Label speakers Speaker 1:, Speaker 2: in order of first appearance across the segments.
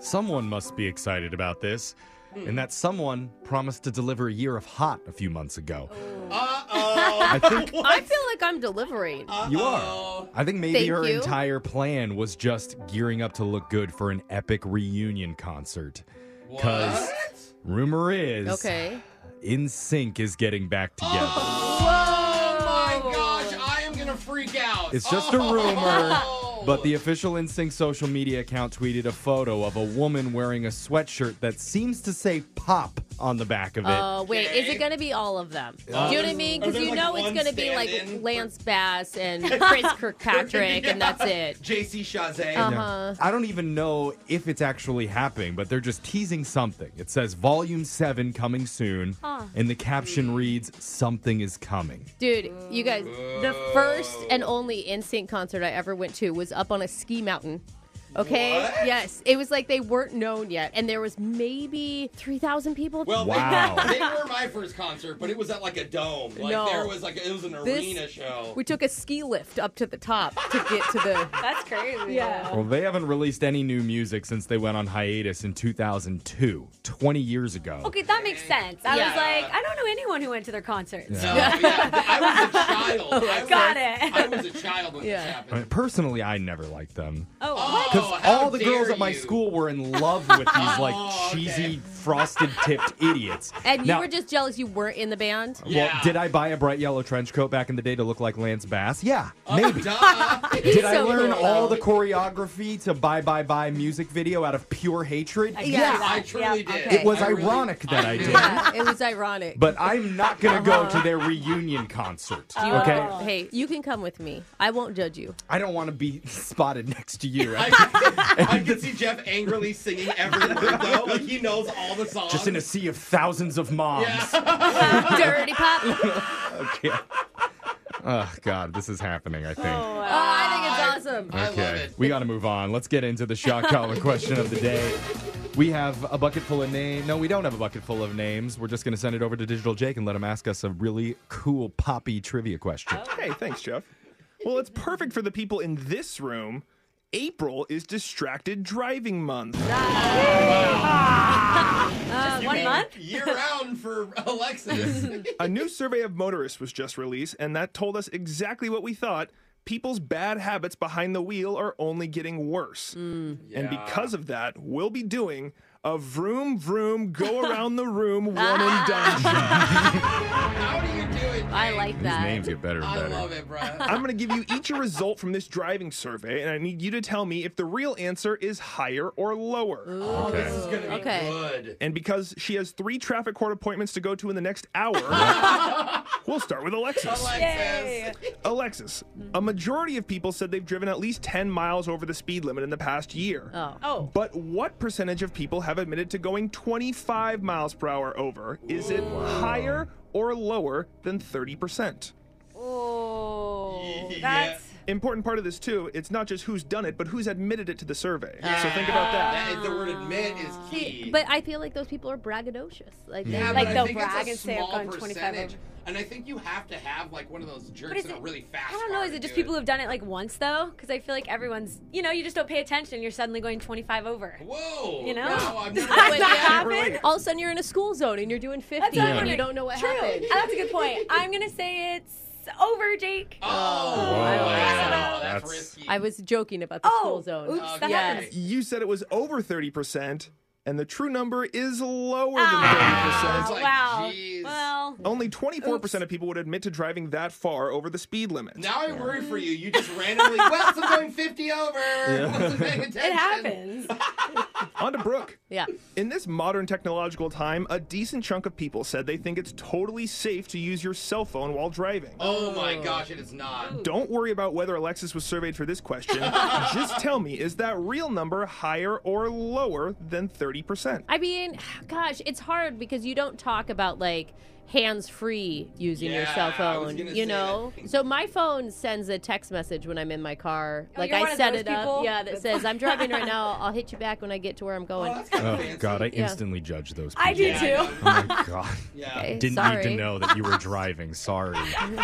Speaker 1: Someone must be excited about this. And that someone promised to deliver a year of hot a few months ago. I think
Speaker 2: I feel like I'm delivering.
Speaker 1: you are. I think maybe
Speaker 2: Thank
Speaker 1: her
Speaker 2: you.
Speaker 1: entire plan was just gearing up to look good for an epic reunion concert. Because rumor is
Speaker 2: okay.
Speaker 1: In Sync is getting back together.
Speaker 3: Oh
Speaker 2: Whoa.
Speaker 3: my gosh, I am gonna freak out. Oh,
Speaker 1: It's just a rumor, but the official Instinct social media account tweeted a photo of a woman wearing a sweatshirt that seems to say pop on the back of it.
Speaker 2: Uh, wait, is
Speaker 3: Okay.
Speaker 2: it going to be all of them? Do you know what I mean?
Speaker 3: Oh,
Speaker 2: Because
Speaker 3: there's
Speaker 2: you
Speaker 3: like
Speaker 2: know it's
Speaker 3: one
Speaker 2: going to be like
Speaker 3: stand-in.
Speaker 2: Lance Bass and Chris Kirkpatrick, and that's it.
Speaker 3: JC Chazé.
Speaker 2: Uh-huh.
Speaker 1: Yeah. I don't even know if it's actually happening, but they're just teasing something. It says Volume 7 coming soon, and the caption reads, Something is coming.
Speaker 2: Dude, you guys, the first and only NSYNC concert I ever went to was up on a ski mountain. Okay?
Speaker 3: What?
Speaker 2: Yes. It was like they weren't known yet, and there was maybe 3,000 people.
Speaker 3: Well,
Speaker 1: Wow.
Speaker 3: they, they were my first concert, but it was at like a dome. Like
Speaker 2: No.
Speaker 3: there was like it was an
Speaker 2: This-
Speaker 3: arena show.
Speaker 2: we took a ski lift up to the top to get to the.
Speaker 4: That's crazy.
Speaker 2: Yeah.
Speaker 1: Well, they haven't released any new music since they went on hiatus in 2002, 20 years ago.
Speaker 4: Okay, that makes sense. I
Speaker 2: Yeah.
Speaker 4: was like, I don't know anyone who went to their concerts.
Speaker 3: No, yeah, I was a child. I was,
Speaker 4: Got it.
Speaker 3: I was a child when
Speaker 2: Oh, Yeah.
Speaker 3: this
Speaker 1: I mean,
Speaker 3: happened.
Speaker 1: personally, I never liked them.
Speaker 4: Oh,
Speaker 3: Oh,
Speaker 4: what?
Speaker 1: Because
Speaker 3: how
Speaker 1: all the girls
Speaker 3: dare
Speaker 1: at my
Speaker 3: you.
Speaker 1: school were in love with these like
Speaker 3: Oh, okay.
Speaker 1: cheesy frosted tipped idiots.
Speaker 2: And you
Speaker 1: Now-
Speaker 2: were just jealous you weren't in the band?
Speaker 1: well,
Speaker 3: Yeah.
Speaker 1: did I buy a bright yellow trench coat back in the day to look like Lance Bass? Yeah, maybe.
Speaker 3: Duh.
Speaker 1: Did I
Speaker 2: so
Speaker 1: learn
Speaker 2: cool,
Speaker 1: all
Speaker 2: though.
Speaker 1: the choreography to "Bye Bye Bye" music video out of pure hatred?
Speaker 4: I
Speaker 1: yeah,
Speaker 4: guess
Speaker 2: Yeah.
Speaker 4: that.
Speaker 3: I truly
Speaker 4: Yeah,
Speaker 3: did.
Speaker 2: okay.
Speaker 1: it was
Speaker 3: I really-
Speaker 1: ironic that I,
Speaker 3: I
Speaker 1: did.
Speaker 3: knew.
Speaker 2: Yeah, it was ironic.
Speaker 1: But I'm not gonna go
Speaker 3: Uh-huh.
Speaker 1: to their reunion concert. Okay,
Speaker 4: Oh.
Speaker 2: Hey, you can come with me. I won't judge you.
Speaker 1: I don't want to be spotted next to you.
Speaker 3: I,
Speaker 1: Right?
Speaker 3: could- I could see Jeff angrily singing every word though. Like he knows all the songs.
Speaker 1: Just in a sea of thousands of moms.
Speaker 3: yeah.
Speaker 2: Dirty Pop. Oh,
Speaker 1: Okay. Oh God, this is happening. I think.
Speaker 2: I think it's awesome.
Speaker 3: Oh, I love it.
Speaker 1: We got to move on. Let's get into the shock collar question of the day. We have a bucket full of names. No, we don't have a bucket full of names. We're just going to send it over to Digital Jake and let him ask us a really cool poppy trivia question.
Speaker 5: Hey, thanks, Jeff. Well, it's perfect for the people in this room. April is distracted driving month.
Speaker 4: Uh, one month?
Speaker 3: Year round for Alexis.
Speaker 5: A new survey of motorists was just released, and that told us exactly what we thought. People's bad habits behind the wheel are only getting worse. And because of that, we'll be doing a vroom vroom go around the room one and done show.
Speaker 3: How do you do it?
Speaker 2: I
Speaker 3: Jake?
Speaker 2: like
Speaker 1: These
Speaker 2: that.
Speaker 1: names get better and
Speaker 3: I
Speaker 1: better.
Speaker 3: love it, bro.
Speaker 5: I'm going to give you each a result from this driving survey, and I need you to tell me if the real answer is higher or lower.
Speaker 3: This is
Speaker 1: Okay.
Speaker 3: gonna be
Speaker 2: Okay.
Speaker 3: good.
Speaker 5: And because she has three traffic court appointments to go to in the next hour, we'll start with Alexis.
Speaker 4: Yay.
Speaker 3: Alexis.
Speaker 5: Alexis, a majority of people said they've driven at least 10 miles over the speed limit in the past year.
Speaker 2: Oh.
Speaker 4: Oh.
Speaker 5: But what percentage of people have admitted to going 25 miles per hour over? Is it higher or lower than 30%?
Speaker 4: Oh.
Speaker 3: Yeah.
Speaker 4: That's.
Speaker 5: Important part of this, too, it's not just who's done it, but who's admitted it to the survey.
Speaker 4: Ah.
Speaker 5: So think about that.
Speaker 3: That is the word admit is key.
Speaker 2: But I feel like those people are braggadocious. Like,
Speaker 3: Yeah,
Speaker 4: Like
Speaker 3: but I
Speaker 4: they'll
Speaker 3: think it's a
Speaker 4: brag and say, "I've
Speaker 3: small
Speaker 4: gone 25
Speaker 3: percentage.
Speaker 4: over."
Speaker 3: And I think you have to have like one of those jerks
Speaker 4: But is
Speaker 3: in a
Speaker 4: it-
Speaker 3: really fast.
Speaker 4: I don't know.
Speaker 3: car
Speaker 4: Is
Speaker 3: to
Speaker 4: it just
Speaker 3: do
Speaker 4: people who've done it like once though? Because I feel like everyone's, you know, you just don't pay attention. You're suddenly going 25 over.
Speaker 3: Whoa!
Speaker 4: You know?
Speaker 3: No, I've never-
Speaker 2: That would-
Speaker 4: That
Speaker 2: yeah.
Speaker 4: happened?
Speaker 2: All of a sudden, you're in a school zone and you're doing 50,
Speaker 4: That's what I'm
Speaker 2: and you
Speaker 4: wondering.
Speaker 2: don't know what
Speaker 4: True.
Speaker 2: happened.
Speaker 4: Uh, That's a good point. I'm gonna say it's over, Jake.
Speaker 3: Oh, wow. That's,
Speaker 1: That's-
Speaker 3: risky.
Speaker 2: I was joking about the
Speaker 4: Oh,
Speaker 2: school zone.
Speaker 4: oops, that
Speaker 2: Yeah.
Speaker 4: happens.
Speaker 5: You said it was over 30%, and the true number is lower
Speaker 4: Ah,
Speaker 5: than 30%.
Speaker 3: It's like,
Speaker 4: wow.
Speaker 3: geez.
Speaker 4: Well,
Speaker 5: Only 24% of people would admit to driving that far over the speed limit.
Speaker 3: Now I worry for you. You just randomly. well, I'm going 50 over. Wasn't paying attention.
Speaker 4: it happens.
Speaker 5: On to Brooke.
Speaker 2: Yeah.
Speaker 5: In this modern technological time, a decent chunk of people said they think it's totally safe to use your cell phone while driving.
Speaker 3: Oh my gosh, it is not.
Speaker 5: Don't worry about whether Alexis was surveyed for this question. Just tell me, is that real number higher or lower than 30%?
Speaker 2: I mean, gosh, it's hard because you don't talk about like hands free using your
Speaker 3: Yeah,
Speaker 2: cell
Speaker 3: I was
Speaker 2: phone,
Speaker 3: gonna
Speaker 2: you
Speaker 3: say
Speaker 2: know?
Speaker 3: that.
Speaker 2: So my phone sends a text message when I'm in my car. like
Speaker 4: Oh, you're one
Speaker 2: I
Speaker 4: of
Speaker 2: set
Speaker 4: those
Speaker 2: it
Speaker 4: people?
Speaker 2: up. Yeah, that says, I'm driving right now. I'll hit you back when I get to where I'm going.
Speaker 3: Oh, that's kind of
Speaker 1: Oh
Speaker 3: fancy.
Speaker 1: God, I
Speaker 2: Yeah.
Speaker 1: instantly judge those people.
Speaker 4: I do
Speaker 3: Yeah, I
Speaker 4: too.
Speaker 1: Oh my God.
Speaker 3: Yeah.
Speaker 2: Okay,
Speaker 1: Didn't
Speaker 2: sorry.
Speaker 1: need to know that you were driving. Sorry.
Speaker 3: I'm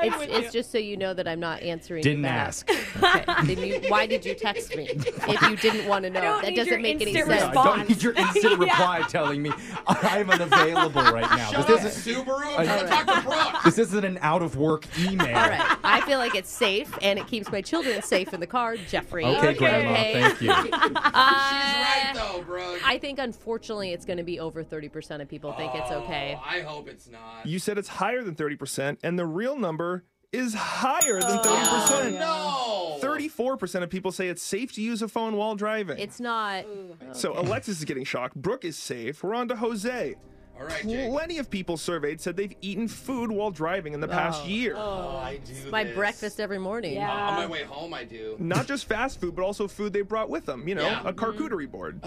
Speaker 2: It's,
Speaker 3: with
Speaker 2: it's
Speaker 3: you.
Speaker 2: just so you know that I'm not answering. you
Speaker 1: Didn't
Speaker 2: back.
Speaker 1: ask.
Speaker 2: Okay. Then you, why did you text me if you didn't want to know?
Speaker 4: don't
Speaker 2: That
Speaker 4: need your
Speaker 2: doesn't make any
Speaker 4: instant
Speaker 2: sense.
Speaker 1: I don't
Speaker 4: Response.
Speaker 1: need your instant reply telling me I'm unavailable right now.
Speaker 3: Shut up,
Speaker 1: this, isn't,
Speaker 3: Subaru. I'm
Speaker 1: I-
Speaker 3: going to talk to Brooke.
Speaker 1: this isn't an out of work email.
Speaker 2: All right. I feel like it's safe and it keeps my children safe in the car, Jeffrey. Uh,
Speaker 1: Okay, Grandma, thank you.
Speaker 3: She's right, though, Brooke.
Speaker 2: Eh, I think unfortunately it's going to be over 30% of people think it's okay.
Speaker 3: Oh, I hope it's not.
Speaker 5: You said it's higher than 30%, and the real number is higher than 30%.
Speaker 3: no.
Speaker 5: 34% of people say it's safe to use a phone while driving.
Speaker 2: It's not.
Speaker 5: so Alexis is getting shocked. Brooke is safe. We're on to Jose.
Speaker 3: All right, Jake.
Speaker 5: Plenty of people surveyed said they've eaten food while driving in the past year.
Speaker 3: Oh, I do
Speaker 2: My
Speaker 3: this.
Speaker 2: breakfast every morning.
Speaker 4: Yeah.
Speaker 3: On my way home, I do.
Speaker 5: Not just fast food, but also food they brought with them. You know,
Speaker 3: Yeah. Mm-hmm.
Speaker 5: a charcuterie board.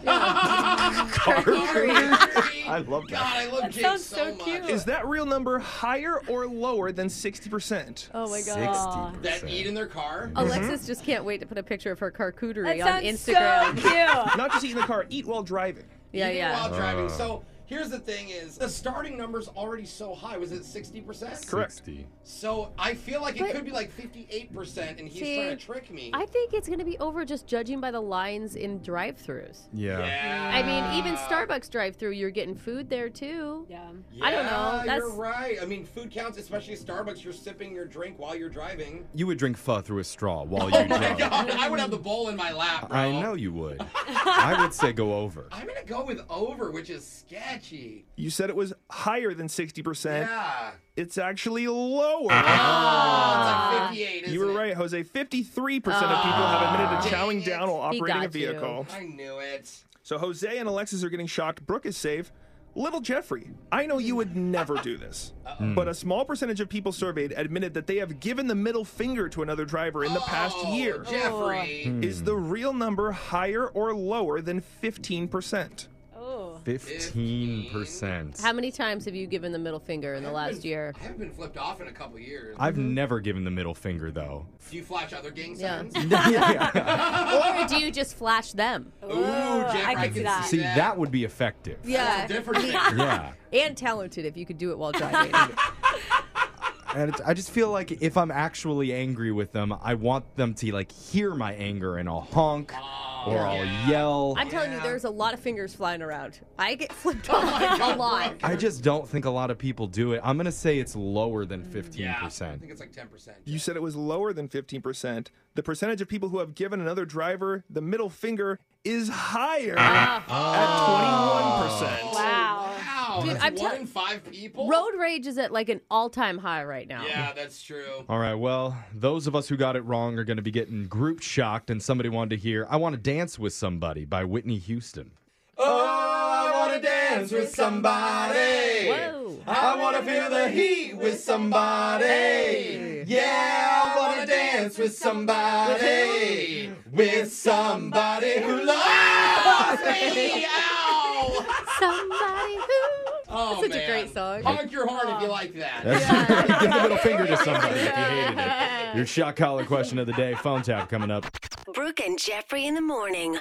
Speaker 3: I
Speaker 5: love that.
Speaker 3: God, I love Jake
Speaker 4: sounds
Speaker 3: so,
Speaker 4: so cute.
Speaker 3: much.
Speaker 5: Is that real number higher or lower than 60%?
Speaker 4: Oh my god.
Speaker 1: 60%.
Speaker 3: That eat in their car?
Speaker 2: Alexis just can't wait to put a picture of her
Speaker 4: Mm-hmm. That
Speaker 2: charcuterie on
Speaker 4: sounds
Speaker 2: Instagram.
Speaker 4: so cute.
Speaker 5: Not just eat in the car, eat while driving.
Speaker 2: yeah,
Speaker 3: Even
Speaker 2: yeah.
Speaker 3: While driving.
Speaker 5: Uh.
Speaker 3: So here's the thing: is the starting number's already so high? Was it sixty percent?
Speaker 5: Correct.
Speaker 1: 60.
Speaker 3: So I feel like
Speaker 2: But-
Speaker 3: it could be like fifty-eight percent, and he's
Speaker 2: See,
Speaker 3: trying to trick me.
Speaker 2: I think it's going to be over just judging by the lines in drive-throughs.
Speaker 1: Yeah.
Speaker 3: yeah.
Speaker 2: I mean, even Starbucks drive-through, you're getting food there too.
Speaker 4: Ah. Yeah.
Speaker 3: Yeah,
Speaker 2: I don't know. That's-
Speaker 3: You're right. I mean, food counts, especially Starbucks. You're sipping your drink while you're driving.
Speaker 1: You would drink pho through a straw while you
Speaker 3: Oh my
Speaker 1: drove.
Speaker 3: god! I would have the bowl in my lap. Bro.
Speaker 1: I know you would. I would say go over.
Speaker 3: I'm gonna go with over, which is sketchy.
Speaker 5: You said it was higher than 60%.
Speaker 3: Yeah.
Speaker 5: It's actually lower.
Speaker 3: Oh, It's like 58, isn't
Speaker 5: Ah. You were
Speaker 3: it? Ah.
Speaker 5: right, Jose. 53% of people have admitted to
Speaker 3: Dang
Speaker 5: chowing
Speaker 3: it.
Speaker 5: down while
Speaker 2: He
Speaker 5: operating a
Speaker 2: got you.
Speaker 5: vehicle.
Speaker 3: I knew it.
Speaker 5: So Jose and Alexis are getting shocked. Brooke is safe. Little Jeffrey, I know you would never do this, but a small percentage of people surveyed admitted that they have given the middle finger to another driver in the past
Speaker 3: Oh,
Speaker 5: year. Hmm.
Speaker 3: Jeffrey.
Speaker 2: Oh.
Speaker 5: Is the real number higher or lower than 15%?
Speaker 4: Oh.
Speaker 1: 15%.
Speaker 2: How many times have you given the middle finger in the
Speaker 3: I haven't
Speaker 2: last
Speaker 3: been-
Speaker 2: year?
Speaker 3: I haven't been flipped off in a couple years.
Speaker 1: I've never given the middle finger, though.
Speaker 3: Do you flash other gang
Speaker 2: Yeah.
Speaker 3: signs?
Speaker 2: Or do you just flash them?
Speaker 3: Ooh, Jeffrey,
Speaker 4: I could see that.
Speaker 1: See, that would be effective.
Speaker 2: Yeah.
Speaker 3: Different thing.
Speaker 1: Yeah.
Speaker 2: And talented if you could do it while driving.
Speaker 1: And it's, I just feel like if I'm actually angry with them, I want them to like hear my anger and I'll honk
Speaker 3: Oh,
Speaker 1: or I'll yell.
Speaker 2: I'm telling you,
Speaker 3: Yeah.
Speaker 2: there's a lot of fingers flying around. I get flipped off
Speaker 4: Oh
Speaker 2: a lot.
Speaker 1: I just don't think a lot of people do it. I'm gonna say it's lower than 15%.
Speaker 3: Mm, Yeah. I think it's like 10%.
Speaker 5: You said it was lower than 15%. The percentage of people who have given another driver the middle finger is higher
Speaker 3: Ah.
Speaker 5: at 21%.
Speaker 4: Wow.
Speaker 3: Oh, wow.
Speaker 2: Dude,
Speaker 3: that's
Speaker 2: I'm
Speaker 3: one
Speaker 2: tell-
Speaker 3: in five people?
Speaker 2: Road rage is at like an all-time high right now.
Speaker 3: Yeah, that's true.
Speaker 1: All right, well, those of us who got it wrong are gonna be getting group shocked, and somebody wanted to hear I Wanna Dance with Somebody by Whitney Houston.
Speaker 3: Oh, I want to dance with somebody.
Speaker 2: Whoa.
Speaker 3: I want to feel the heat with somebody. Yeah, I want to dance with somebody. With somebody who loves me. Ow!
Speaker 2: Somebody who.
Speaker 3: Oh,
Speaker 2: That's such
Speaker 3: man.
Speaker 2: a great song.
Speaker 3: Honk your horn if you like that.
Speaker 1: Give the middle finger to somebody if you hated it. Your shock collar question of the day, phone tap coming up.
Speaker 6: Brooke and Jeffrey in the morning.